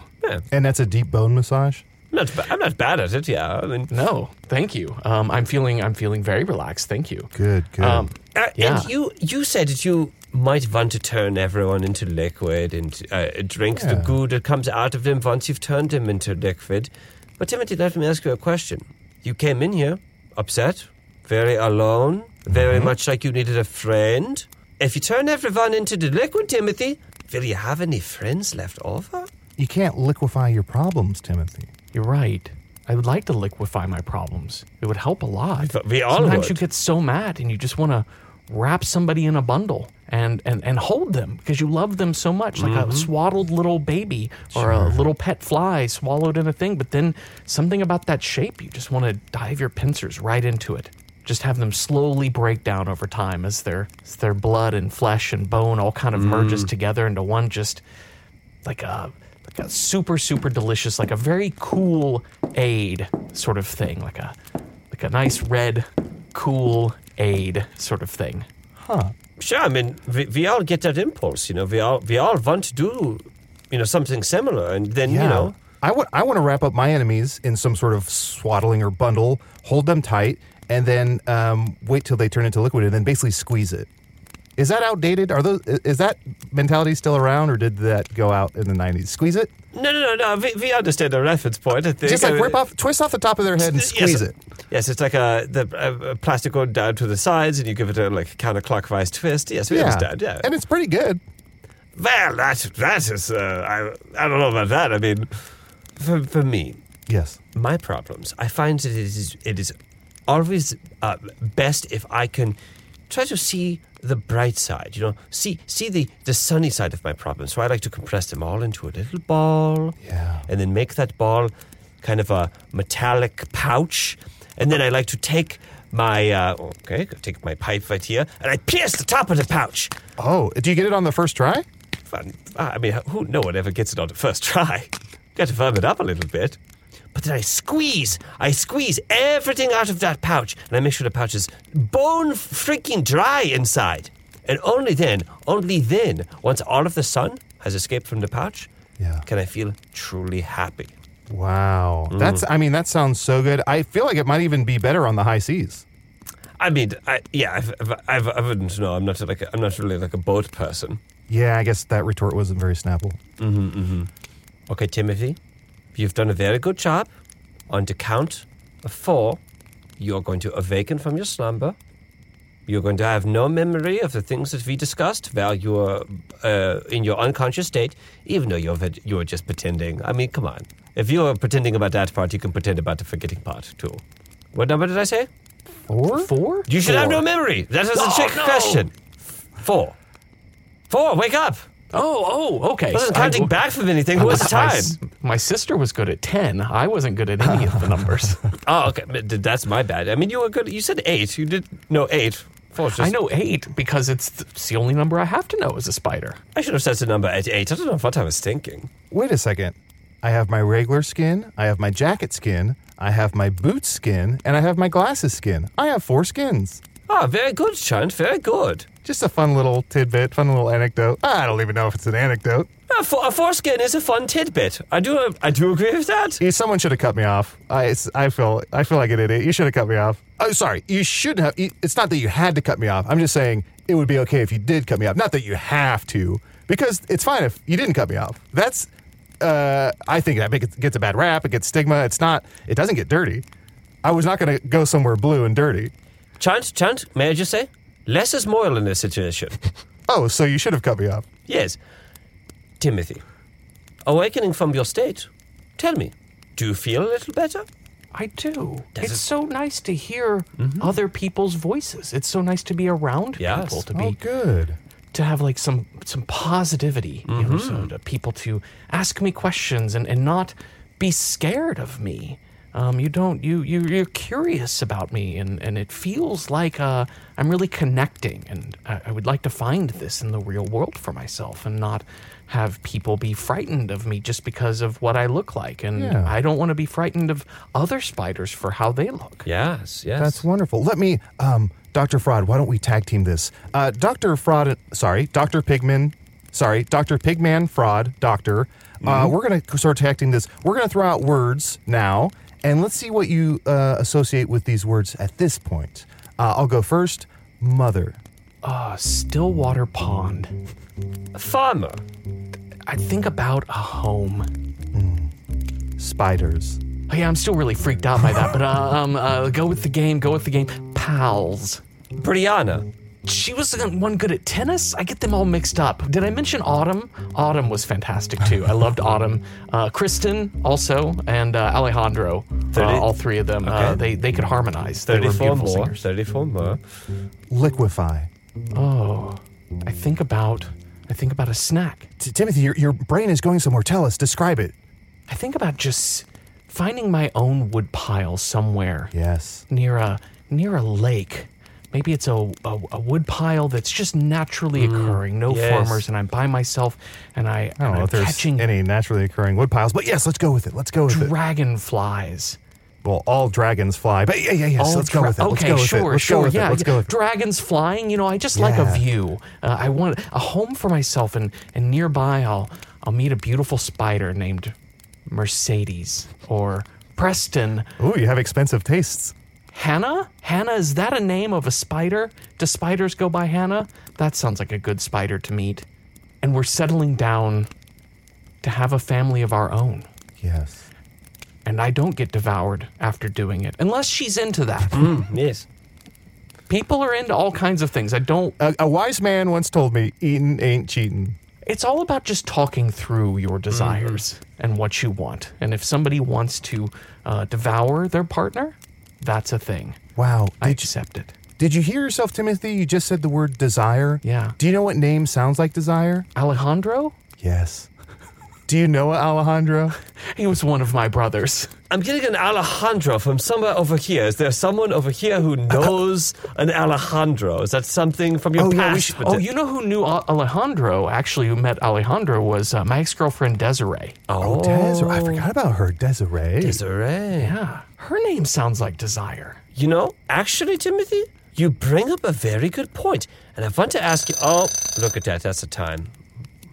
And that's a deep bone massage. I'm not, ba- I'm not bad at it, yeah. I mean, No, thank you. Um, I'm feeling I'm feeling very relaxed. Thank you. Good, good. Um, Uh, Yeah. And you, you said that you might want to turn everyone into liquid and uh, drink the Yeah. goo that comes out of them once you've turned them into liquid. But Timothy, let me ask you a question. You came in here upset, very alone, very much like you needed a friend. If you turn everyone into the liquid, Timothy, will you have any friends left over? you can't liquefy your problems, Timothy. You're right. I would like to liquefy my problems. It would help a lot. But we all Sometimes would. you get so mad and you just want to wrap somebody in a bundle and, and, and hold them because you love them so much, like Mm-hmm. a swaddled little baby or a little pet fly swallowed in a thing. But then something about that shape, you just want to dive your pincers right into it. Just have them slowly break down over time as their as their blood and flesh and bone all kind of Mm. merges together into one just like a like a super super delicious like a very cool aid sort of thing like a like a nice red cool aid sort of thing Sure, I mean, we, we all get that impulse, you know. We all we all want to do, you know, something similar, and then you know, I want I want to wrap up my enemies in some sort of swaddling or bundle, hold them tight, and then um, wait till they turn into liquid, and then basically squeeze it. Is that outdated? Are those i- is that mentality still around, or did that go out in the nineties? Squeeze it, No, no, no, no. We, we understand the reference point. I think. just like I mean- rip off, twist off the top of their head and Yes, squeeze yes. it. Yes, it's like a the a, a plastic going down to the sides, and you give it a like counterclockwise twist. Yes, we understand. Yeah. and it's pretty good. well, that that is. Uh, I I don't know about that. I mean, for for me, Yes, my problems. I find that it is it is always uh, best if I can try to see the bright side. You know, see see the the sunny side of my problems. So I like to compress them all into a little ball, Yeah. and then make that ball kind of a metallic pouch, and then I like to take. My uh, okay, take my pipe right here, and I pierce the top of the pouch. Oh, do you get it on the first try? Fun. Ah, I mean, who? No one ever gets it on the first try. Got to firm it up a little bit. But then I squeeze, I squeeze everything out of that pouch, and I make sure the pouch is bone freaking dry inside. And only then, only then, once all of the sun has escaped from the pouch, Yeah. can I feel truly happy. Wow, Mm. that's I mean that sounds so good. I feel like it might even be better on the high seas. I mean, I, yeah, I've, I've, I've, I wouldn't know. I'm not like a, I'm not really like a boat person. Yeah, I guess that retort wasn't very snapple. Okay, Timothy, you've done a very good job. On the count of four, you're going to awaken from your slumber. You're going to have no memory of the things that we discussed while you were uh, in your unconscious state, even though you're, veg- you were just pretending. I mean, come on. If you're pretending about that part, you can pretend about the forgetting part, too. What number did I say? Four, four You should have no memory. That is a Oh, trick no. question. Four. Four, wake up. oh oh okay I wasn't counting back from anything. Who was the my, time? s- my sister was good at 10 i wasn't good at any of the numbers Oh, okay. But th- That's my bad. I mean, you were good. You said eight. You did no eight. Four. is Just, i know 8 because it's, th- it's the only number i have to know as a spider I should have set the number at eight. I don't know what I was thinking. Wait a second. I have my regular skin, I have my jacket skin, I have my boot skin, and I have my glasses skin. I have four skins. Ah, very good, Chant. Very good. Just a fun little tidbit, fun little anecdote. I don't even know if it's an anecdote. A, Ah, fo- a foreskin is a fun tidbit. I do. I do agree with that. Yeah, Someone should have cut me off. I, it's- I feel I feel like an idiot. You should have cut me off. Oh, sorry. You should have. you- It's not that you had to cut me off. I'm just saying it would be okay if you did cut me off. Not that you have to, because it's fine if you didn't cut me off. That's. Uh, I think that make- gets a bad rap. It gets stigma. It's not. It doesn't get dirty. I was not going to go somewhere blue and dirty. Chant, Chant. May I just say, less is more in this situation. Oh, so you should have cut me off. yes, Timothy. Awakening from your state Tell me, do you feel a little better? I do. Does it- it's Mm-hmm. so nice to hear other people's voices. It's so nice to be around Yes. people, to be Oh, good. to have like some some positivity, you know, so to people to ask me questions and, and not be scared of me. Um, you don't you you you're curious about me, and and it feels like uh, I'm really connecting, and I, I would like to find this in the real world for myself, and not have people be frightened of me just because of what I look like, and Yeah. I don't want to be frightened of other spiders for how they look. Yes, yes. That's wonderful. Let me, um, Dr. Fraud, why don't we tag team this? Uh, Dr. Fraud, sorry, Dr. Pigman, sorry, Dr. Pigman Fraud, Doctor. Uh, Mm-hmm. we're going to start tag team this. We're going to throw out words now, and let's see what you uh, associate with these words at this point. Uh, I'll go first. Mother. Uh, Stillwater Pond. Farmer. I think about a home. Spiders. Oh, yeah, I'm still really freaked out by that, but uh, um, uh, go with the game, go with the game. Pals. Brianna. She was the one good at tennis. I get them all mixed up. Did I mention Autumn? Autumn was fantastic too. I loved Autumn. Uh, Kristen also, and uh, Alejandro. Uh, Thirty- all three of them. Uh, Okay. they they could harmonize. They were 34 beautiful more. singers. 34 more. Liquefy. Oh, I think about I think about a snack. T- Timothy, your, your brain is going somewhere. Tell us. Describe it. I think about just finding my own wood pile somewhere. Yes. near a near a lake. Maybe it's a, a, a wood pile that's just Mm, naturally occurring, no yes. farmers, and I'm by myself, and I, I and don't know I'm if Oh, there's catching any naturally occurring wood piles, but yes, let's go with it. Let's go with it. dragonflies. Well, all dragons fly, but yeah, yeah, yes. All let's go dra- with it. Let's Okay, go with sure, it. Let's sure, go with yeah. it. Let's yeah. go with it. Dragons flying, you know, I just like a Yeah. view. Uh, I want a home for myself, and and nearby, I'll I'll meet a beautiful spider named Mercedes or Preston. Ooh, you have expensive tastes. Hannah? Hannah, is that a name of a spider? Do spiders go by Hannah? That sounds like a good spider to meet. And we're settling down to have a family of our own. Yes. And I don't get devoured after doing it, unless she's into that. Mm. Yes. People are into all kinds of things. I don't. A, a wise man once told me, "Eating ain't cheating." It's all about just talking through your Mm-hmm. desires and what you want. And if somebody wants to uh, devour their partner, that's a thing. Wow. I Did you, accept it. did you hear yourself, Timothy? You just said the word desire. Yeah. Do you know what name sounds like desire? Alejandro? Yes. Do you know it, Alejandro? He was one of my brothers. I'm getting an Alejandro from somewhere over here. Is there someone over here who knows an Alejandro? Is that something from your Oh, past? yeah, we should- But Oh, the- you know who knew Al- Alejandro? Actually, who met Alejandro was uh, my ex girlfriend Desiree. Oh, Desiree. I forgot about her, Desiree. Desiree. Yeah. Her name sounds like Desire. You know, actually, Timothy, you bring up a very good point, and I want to ask you. Oh, look at that! That's the time.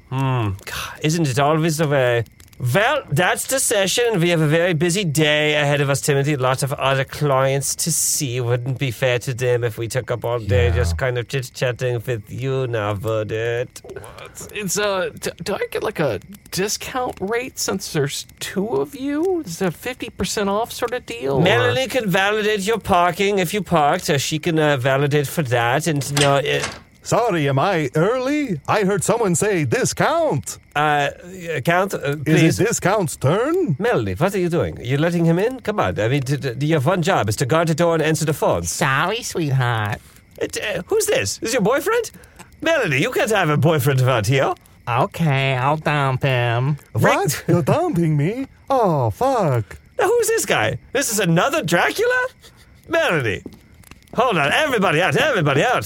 Hmm. God, isn't it always the way? Well, that's the session. We have a very busy day ahead of us, Timothy. Lots of other clients to see. Wouldn't be fair to them if we took up all day just kind of chit chatting with you now, would it? It's, it's uh, d- do I get like a discount rate since there's two of you? Is it a 50% off sort of deal? or- Melanie can validate your parking if you parked. Uh, she can uh, validate for that. And no, it, Sorry, am I early? I heard someone say discount. uh, account, uh, Is please. it discount's turn? Melody, what are you doing? You're letting him in? Come on. I mean, d- d- you have one job is to guard the door and answer the phones. Sorry, sweetheart. It, uh, who's this? Is your boyfriend? Melody, you can't have a boyfriend around here. Okay, I'll dump him. What? You're dumping me? Oh, fuck. Now, who's this guy? This is another Dracula? Melody. Hold on. Everybody out. Everybody out.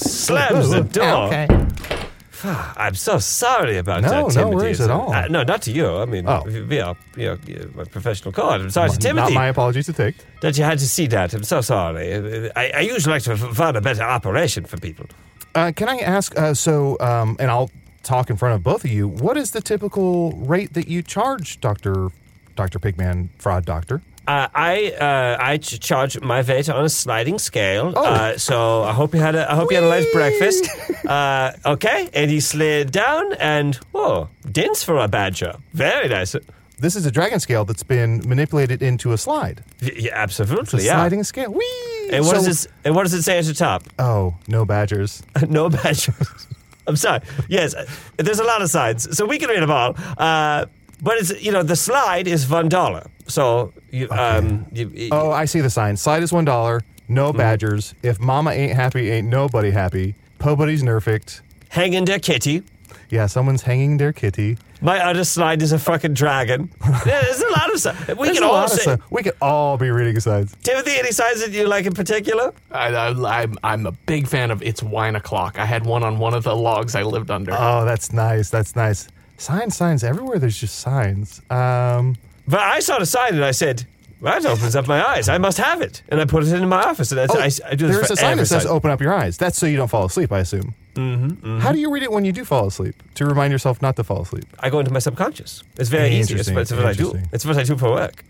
Slams the door. Okay. I'm so sorry about No, that, no Timothy. worries at all. Uh, no, not to you. I mean, Oh. we are you know, you're my professional card. I'm sorry to Not Timothy my apologies to take. that you had to see that. I'm so sorry. I, I usually like to f- find a better operation for people. Uh, can I ask? Uh, so, um, and I'll talk in front of both of you. What is the typical rate that you charge, Doctor Doctor Pigman Fraud Doctor? Uh, I uh, I ch- charge my rate on a sliding scale. Oh. Uh, so I hope you had a I hope you had a nice breakfast. Uh, okay, and he slid down and whoa, dense for a badger. Very nice. This is a dragon scale that's been manipulated into a slide. Y- Yeah, It's absolutely. a yeah. sliding scale. Whee! And what, So- does it, and what does it say at the top? Oh, no badgers. no badgers. I'm sorry. Yes, uh, there's a lot of signs, so we can read them all. Uh, But it's you know the slide is one dollar. So you um you, Oh, I see the sign. Slide is one dollar. No Mm-hmm. badgers. If Mama ain't happy, ain't nobody happy. Pobody's nerfed. hang in there, kitty. Yeah, someone's hanging their kitty. My other slide is a fucking dragon. Yeah, There's a lot of stuff. We There's can a all lot of say. stuff. we could all be reading signs. Timothy, any signs that you like in particular? I, I, I'm, I'm a big fan of It's Wine O'Clock. I had one on one of the logs I lived under. Oh, that's nice. That's nice. Signs, signs everywhere. There's just signs. Um, But I saw the sign and I said, that opens up my eyes. I must have it. And I put it in my office. And I, I, I do this oh, there's for a sign every that says sign. "Open up your eyes." That's so you don't fall asleep. I assume. Mm-hmm, How do you read it when you do fall asleep to remind yourself not to fall asleep? I go into my subconscious. It's very easy. It's, Interesting, it's what I do. interesting. It's what I do for work.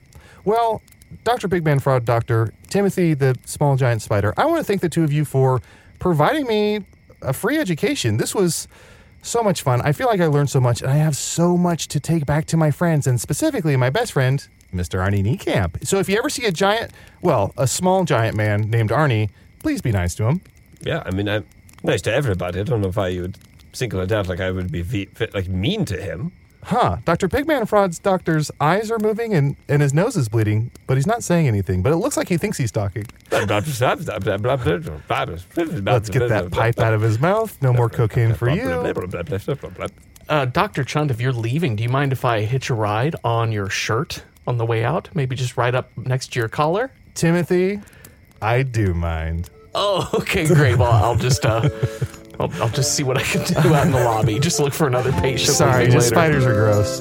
Well, Dr. Big Man Fraud Doctor, Timothy the Small Giant Spider, I want to thank the two of you for providing me a free education. This was so much fun. I feel like I learned so much, and I have so much to take back to my friends, and specifically my best friend, Mr. Arnie Niekamp. So if you ever see a giant, well, a small giant man named Arnie, please be nice to him. Yeah, I mean, I'm nice to everybody. I don't know if I would single it out like I would be ve- fit- like mean to him. Huh. Dr. Pigman Fraud's doctor's eyes are moving and, and his nose is bleeding, but he's not saying anything. But it looks like he thinks he's talking. Let's Let's get get that that pipe out of his mouth. No more cocaine for you. Uh, Dr. Chunt, if you're leaving, do you mind if I hitch a ride on your shirt on the way out? Maybe just right up next to your collar? Timothy, I do mind. Oh, okay, great. Well, I'll just uh, I'll, I'll just see what I can do out in the lobby. Just look for another patient. Sorry, with me just later. spiders are gross.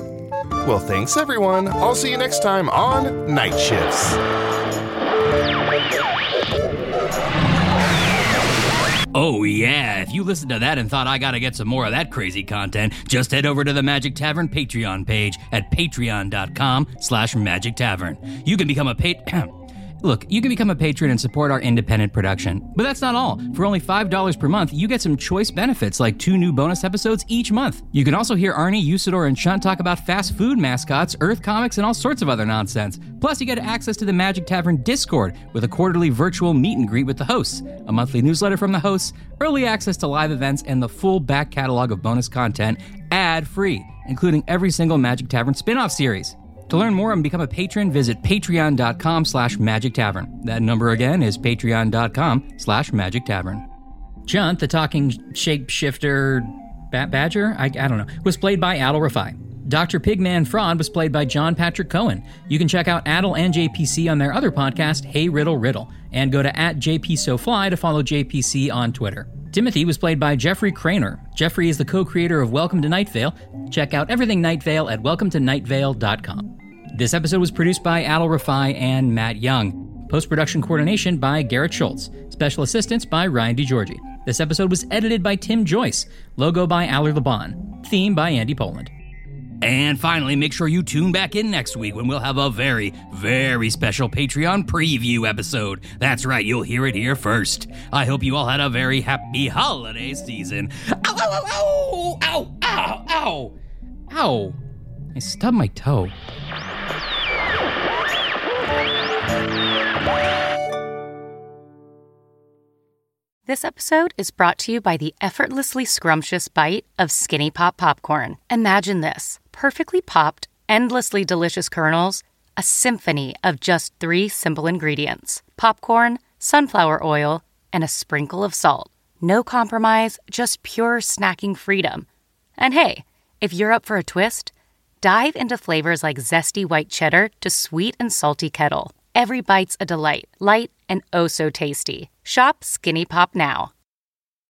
Well, thanks everyone. I'll see you next time on Night Shifts. Oh, yeah. If you listened to that and thought I gotta get some more of that crazy content, just head over to the Magic Tavern Patreon page at patreon.com slash magic tavern. You can become a pat... Look, you can become a patron and support our independent production. But that's not all. For only $5 per month, you get some choice benefits like two new bonus episodes each month. You can also hear Arnie, Usador, and Shunt talk about fast food mascots, Earth comics, and all sorts of other nonsense. Plus, you get access to the Magic Tavern Discord with a quarterly virtual meet and greet with the hosts, a monthly newsletter from the hosts, early access to live events, and the full back catalog of bonus content ad free, including every single Magic Tavern spin off series. To learn more and become a patron, visit patreon.com slash magic tavern. That number again is patreon.com slash magic tavern. Junt, the talking shapeshifter bat badger, I, I don't know, was played by Adel Rafai. Dr. Pigman Fraud was played by John Patrick Cohen. You can check out Adel and JPC on their other podcast, Hey Riddle Riddle, and go to at JPSoFly to follow JPC on Twitter. Timothy was played by Jeffrey Craner. Jeffrey is the co-creator of Welcome to Night Vale. Check out everything Night Vale at welcometonightvale.com. This episode was produced by Al Rafai and Matt Young. Post production coordination by Garrett Schultz. Special assistance by Ryan DiGiorgi. This episode was edited by Tim Joyce. Logo by Aller LeBon. Theme by Andy Poland. And finally, make sure you tune back in next week when we'll have a very, very special Patreon preview episode. That's right, you'll hear it here first. I hope you all had a very happy holiday season. Ow, ow, ow, ow, ow, ow, ow. ow. I stubbed my toe. This episode is brought to you by the effortlessly scrumptious bite of Skinny Pop popcorn. Imagine this perfectly popped, endlessly delicious kernels, a symphony of just three simple ingredients popcorn, sunflower oil, and a sprinkle of salt. No compromise, just pure snacking freedom. And hey, if you're up for a twist, Dive into flavors like zesty white cheddar to sweet and salty kettle. Every bite's a delight, light and oh so tasty. Shop Skinny Pop now.